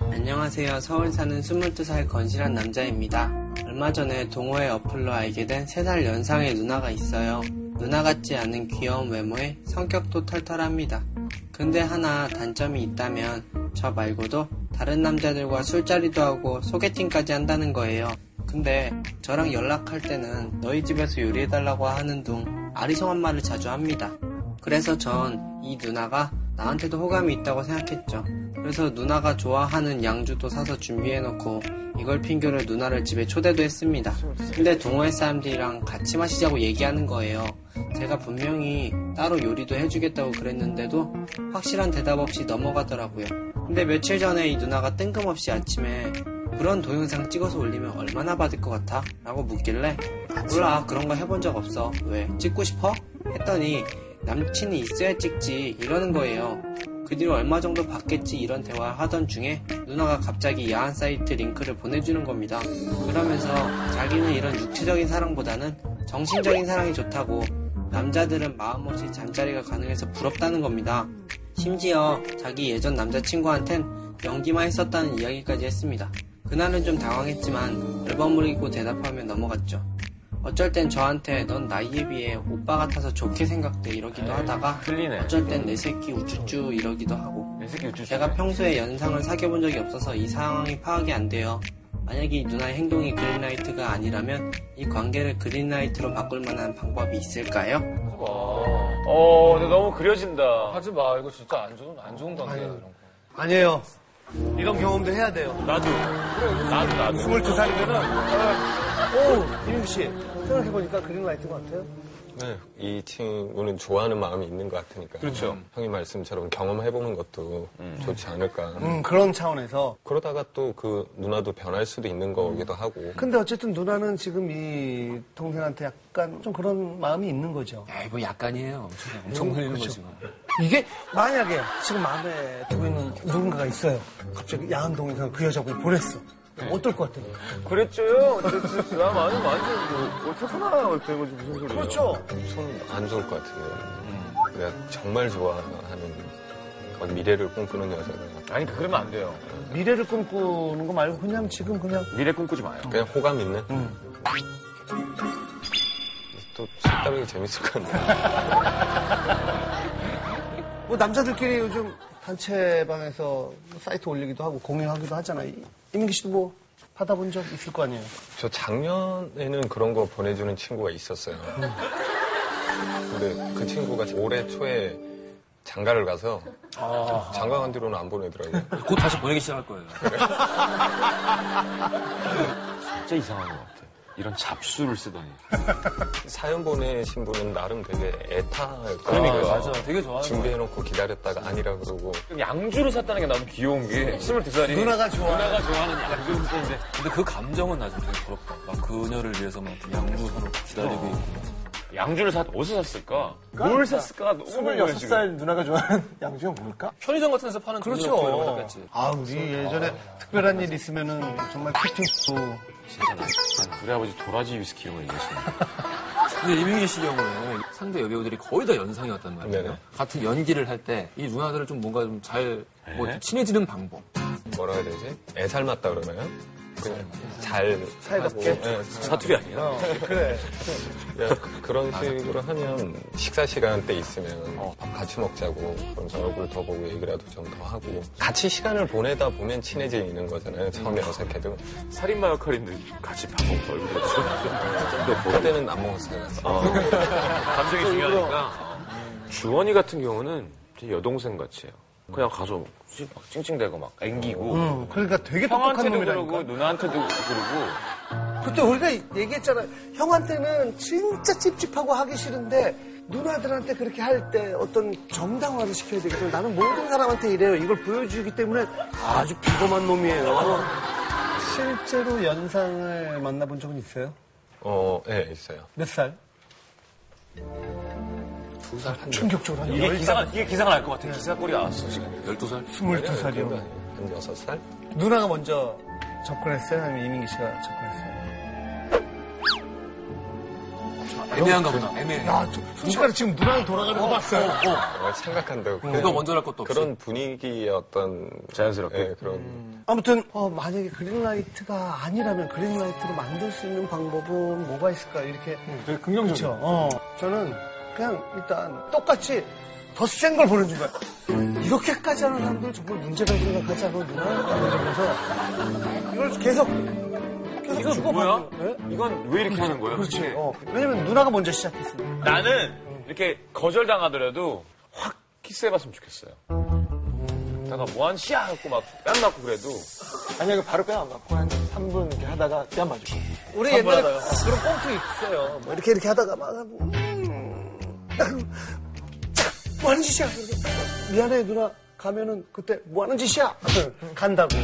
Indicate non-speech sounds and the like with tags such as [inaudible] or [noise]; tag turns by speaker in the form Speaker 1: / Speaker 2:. Speaker 1: 안녕하세요. 서울 사는 22살 건실한 남자입니다. 얼마 전에 동호회 어플로 알게 된 3살 연상의 누나가 있어요. 누나 같지 않은 귀여운 외모에 성격도 털털합니다. 근데 하나 단점이 있다면 저 말고도 다른 남자들과 술자리도 하고 소개팅까지 한다는 거예요. 근데 저랑 연락할 때는 너희 집에서 요리해달라고 하는 둥 아리송한 말을 자주 합니다. 그래서 전 이 누나가 나한테도 호감이 있다고 생각했죠. 그래서 누나가 좋아하는 양주도 사서 준비해놓고 이걸 핑계로 누나를 집에 초대도 했습니다. 근데 동호회 사람들이랑 같이 마시자고 얘기하는 거예요. 제가 분명히 따로 요리도 해주겠다고 그랬는데도 확실한 대답 없이 넘어가더라고요. 근데 며칠 전에 이 누나가 뜬금없이 아침에 그런 동영상 찍어서 올리면 얼마나 받을 것 같아? 라고 묻길래 몰라 그런 거 해본 적 없어 왜 찍고 싶어? 했더니 남친이 있어야 찍지 이러는 거예요 그 뒤로 얼마 정도 받겠지 이런 대화를 하던 중에 누나가 갑자기 야한 사이트 링크를 보내주는 겁니다 그러면서 자기는 이런 육체적인 사랑보다는 정신적인 사랑이 좋다고 남자들은 마음없이 잠자리가 가능해서 부럽다는 겁니다 심지어 자기 예전 남자친구한텐 연기만 했었다는 이야기까지 했습니다. 그날은 좀 당황했지만 얼버무리고 대답하며 넘어갔죠. 어쩔 땐 저한테 넌 나이에 비해 오빠 같아서 좋게 생각돼 이러기도 하다가
Speaker 2: 틀리네.
Speaker 1: 어쩔 땐 내 새끼 우쭈쭈 이러기도 하고
Speaker 2: 내 새끼 우쭈쭈.
Speaker 1: 제가 평소에 연상을 사귀어본 적이 없어서 이 상황이 파악이 안 돼요. 만약에 이 누나의 행동이 그린라이트가 아니라면 이 관계를 그린라이트로 바꿀 만한 방법이 있을까요?
Speaker 2: 어, 근데 너무 그려진다.
Speaker 3: 하지 마. 이거 진짜 안 좋은, 안 좋은 관계야, 이런 거.
Speaker 4: 아니에요. 이런 경험도 해야 돼요.
Speaker 2: 나도. 나도, 나도.
Speaker 4: 22살이면은, 오, 어, 이민규 씨. 생각해보니까 그린라이트 같아요.
Speaker 5: 네, 이 친구는 좋아하는 마음이 있는 것 같으니까.
Speaker 2: 그렇죠.
Speaker 5: 형이 말씀처럼 경험해보는 것도 좋지 않을까.
Speaker 4: 음, 그런 차원에서.
Speaker 5: 그러다가 또 그 누나도 변할 수도 있는 거기도 하고.
Speaker 4: 근데 어쨌든 누나는 지금 이 동생한테 약간 좀 그런 마음이 있는 거죠. 네, 그렇죠.
Speaker 3: 에이, 뭐 약간이에요. 엄청, 엄청 흘리는 거지. 뭐.
Speaker 4: 이게 만약에 지금 마음에 두고 있는 누군가가 있어요. 갑자기 야한 동영상 그 여자분이 보냈어.
Speaker 3: 네.
Speaker 4: 그럼 어떨 것 같아요?
Speaker 2: 그랬죠요. 어쨌든 나 많이 만지고 어쨌거나 어쨌고 무슨 소리야.
Speaker 4: 그렇죠.
Speaker 5: 손 안 좋을 것 같은데요. 내가 정말 좋아하는 그런 미래를 꿈꾸는 여자가
Speaker 2: 아니 그러면 안 돼요.
Speaker 4: 미래를 꿈꾸는 거 말고 그냥 지금 그냥
Speaker 2: 미래 꿈꾸지 마요.
Speaker 5: 그냥 호감 있는? 또 색다르게 재밌을 것 같네요.
Speaker 4: 뭐 남자들끼리 요즘 단체방에서 뭐 사이트 올리기도 하고 공유하기도 하잖아요. 이민기 씨도 뭐 받아본 적 있을 거 아니에요?
Speaker 5: 저 작년에는 그런 거 보내주는 친구가 있었어요. 근데 그 친구가 올해 초에 장가를 가서 장가 간 뒤로는 안 보내더라고요.
Speaker 3: 아. 곧 다시 보내기 시작할 거예요. 진짜 이상한 것 같아. 이런 잡수를 쓰다니.
Speaker 5: 사연 보내신 분은 나름 되게 애타였고
Speaker 3: 그러니까. 맞아. 되게 좋아하는 거
Speaker 5: 준비해놓고 기다렸다가 아니라 그러고
Speaker 2: 양주를 샀다는 게 너무 귀여운 게 22살이
Speaker 4: 누나가 좋아.
Speaker 2: 누나가 좋아하는 양주를 샀는데
Speaker 6: 근데 그 감정은 나좀 되게 부럽다. 막 그녀를 위해서 막 양주 서로 기다리고 있고.
Speaker 2: 어. 양주를 샀 어디서 샀을까? 뭘 샀을까? 너무 궁금해, 지금.
Speaker 4: 누나가 좋아하는 [laughs] 양주가 뭘까?
Speaker 6: 편의점 같은 데서 파는 그렇죠. 겠지
Speaker 4: 아, 우리 예전에 특별한 일 있으면은 정말
Speaker 2: 아, 네.
Speaker 4: 큐팅도
Speaker 2: 진짜 나- 우리 아버지 도라지 위스키 이런 거 얘기하시네.
Speaker 6: 근데 이민기 씨 경우는 상대 여배우들이 거의 다 연상이었단 말이에요.
Speaker 5: 네네.
Speaker 6: 같은 연기를 할 때 이 누나들을 좀 뭔가 좀 잘
Speaker 2: 네.
Speaker 6: 친해지는 방법.
Speaker 5: 뭐라 해야 되지? 애 닮았다 그러나요? 그냥 잘
Speaker 4: 사이좋게?
Speaker 5: 하고, 예,
Speaker 6: 사투리 아니야?
Speaker 4: 그래.
Speaker 5: 야, 그- 그런 식으로 하면 식사 시간 때 있으면 밥 같이 먹자고 그러면서 얼굴 더 보고 얘기라도 좀 더 하고 같이 시간을 보내다 보면 친해지는 거잖아요 처음에 어색해도
Speaker 2: 살인마 역할인데 같이 밥 먹고 얼굴 보여주고
Speaker 5: 그때는 안 먹었어요
Speaker 6: 그
Speaker 2: 감정이 중요하니까
Speaker 6: 음.
Speaker 2: 주원이 같은 경우는 제 여동생 같이 해요. 그냥 가서 막 찡찡대고 막 앵기고
Speaker 4: 응, 그러니까 되게 똑똑한
Speaker 2: 형한테도 그러고
Speaker 4: 놈이라니까.
Speaker 2: 누나한테도 그러고
Speaker 4: 그때 우리가 얘기했잖아. 형한테는 진짜 찝찝하고 하기 싫은데 누나들한테 그렇게 할 때 어떤 정당화를 시켜야 되겠다. 나는 모든 사람한테 이래요. 이걸 보여주기 때문에 아주 비범한 놈이에요. 실제로 연상을 만나본 적은 있어요?
Speaker 5: 어예 있어요
Speaker 4: 몇 살? 두살 충격적으로 한
Speaker 2: 이게
Speaker 4: 열
Speaker 2: 기사가 이게 기사가 날 것 같아.
Speaker 4: 네.
Speaker 2: 기사거리 나왔어 지금.
Speaker 6: 12살?
Speaker 4: 스물두 살이요.
Speaker 5: 한 여섯 살
Speaker 4: 누나가 먼저 접근했어요? 아니면 이민기 씨가 접근했어요?
Speaker 6: 애매한가 보다. 애매해.
Speaker 4: 야, 저, 순식간에 지금 누나랑 돌아가는 거 봤어요.
Speaker 5: 어, 생각한다고.
Speaker 6: 누가 먼저 할 것도 없이.
Speaker 5: 그런 분위기의 어떤.
Speaker 2: 자연스럽게?
Speaker 5: 예, 그런.
Speaker 4: 아무튼 어, 만약에 그린라이트가 아니라면 그린라이트로 만들 수 있는 방법은 뭐가 있을까 이렇게
Speaker 7: 음, 되게 긍정적이죠.
Speaker 4: 그렇죠. 어. 저는 그냥 일단 똑같이 더 센 걸 보내준 거야. 이렇게까지 하는 사람들 정말 문제라고 생각하지 않아 누나? 그래서 이걸 계속 계속
Speaker 2: 이건
Speaker 4: 주고받는
Speaker 2: 뭐야?
Speaker 4: 거야. 네?
Speaker 2: 이건 왜 이렇게 하는 거예요?
Speaker 4: 그렇지. 어. 왜냐면 누나가 먼저 시작했어.
Speaker 2: 나는 이렇게 거절당하더라도 확 키스해봤으면 좋겠어요.
Speaker 4: 음.
Speaker 2: 내가 뭐한 씨야 하고 막 뺨 맞고 그래도
Speaker 7: 아니야, 바로 빼안 맞고 한 3분 이렇게 하다가 뺨 맞을 거.
Speaker 4: 우리 옛날에 그런 꽁트 있어요. 뭐 이렇게 이렇게 하다가 막 하고 음. 자, 뭐 하는 짓이야? 그러고, 미안해 누나 가면은 그때 뭐 하는 짓이야? 간다고.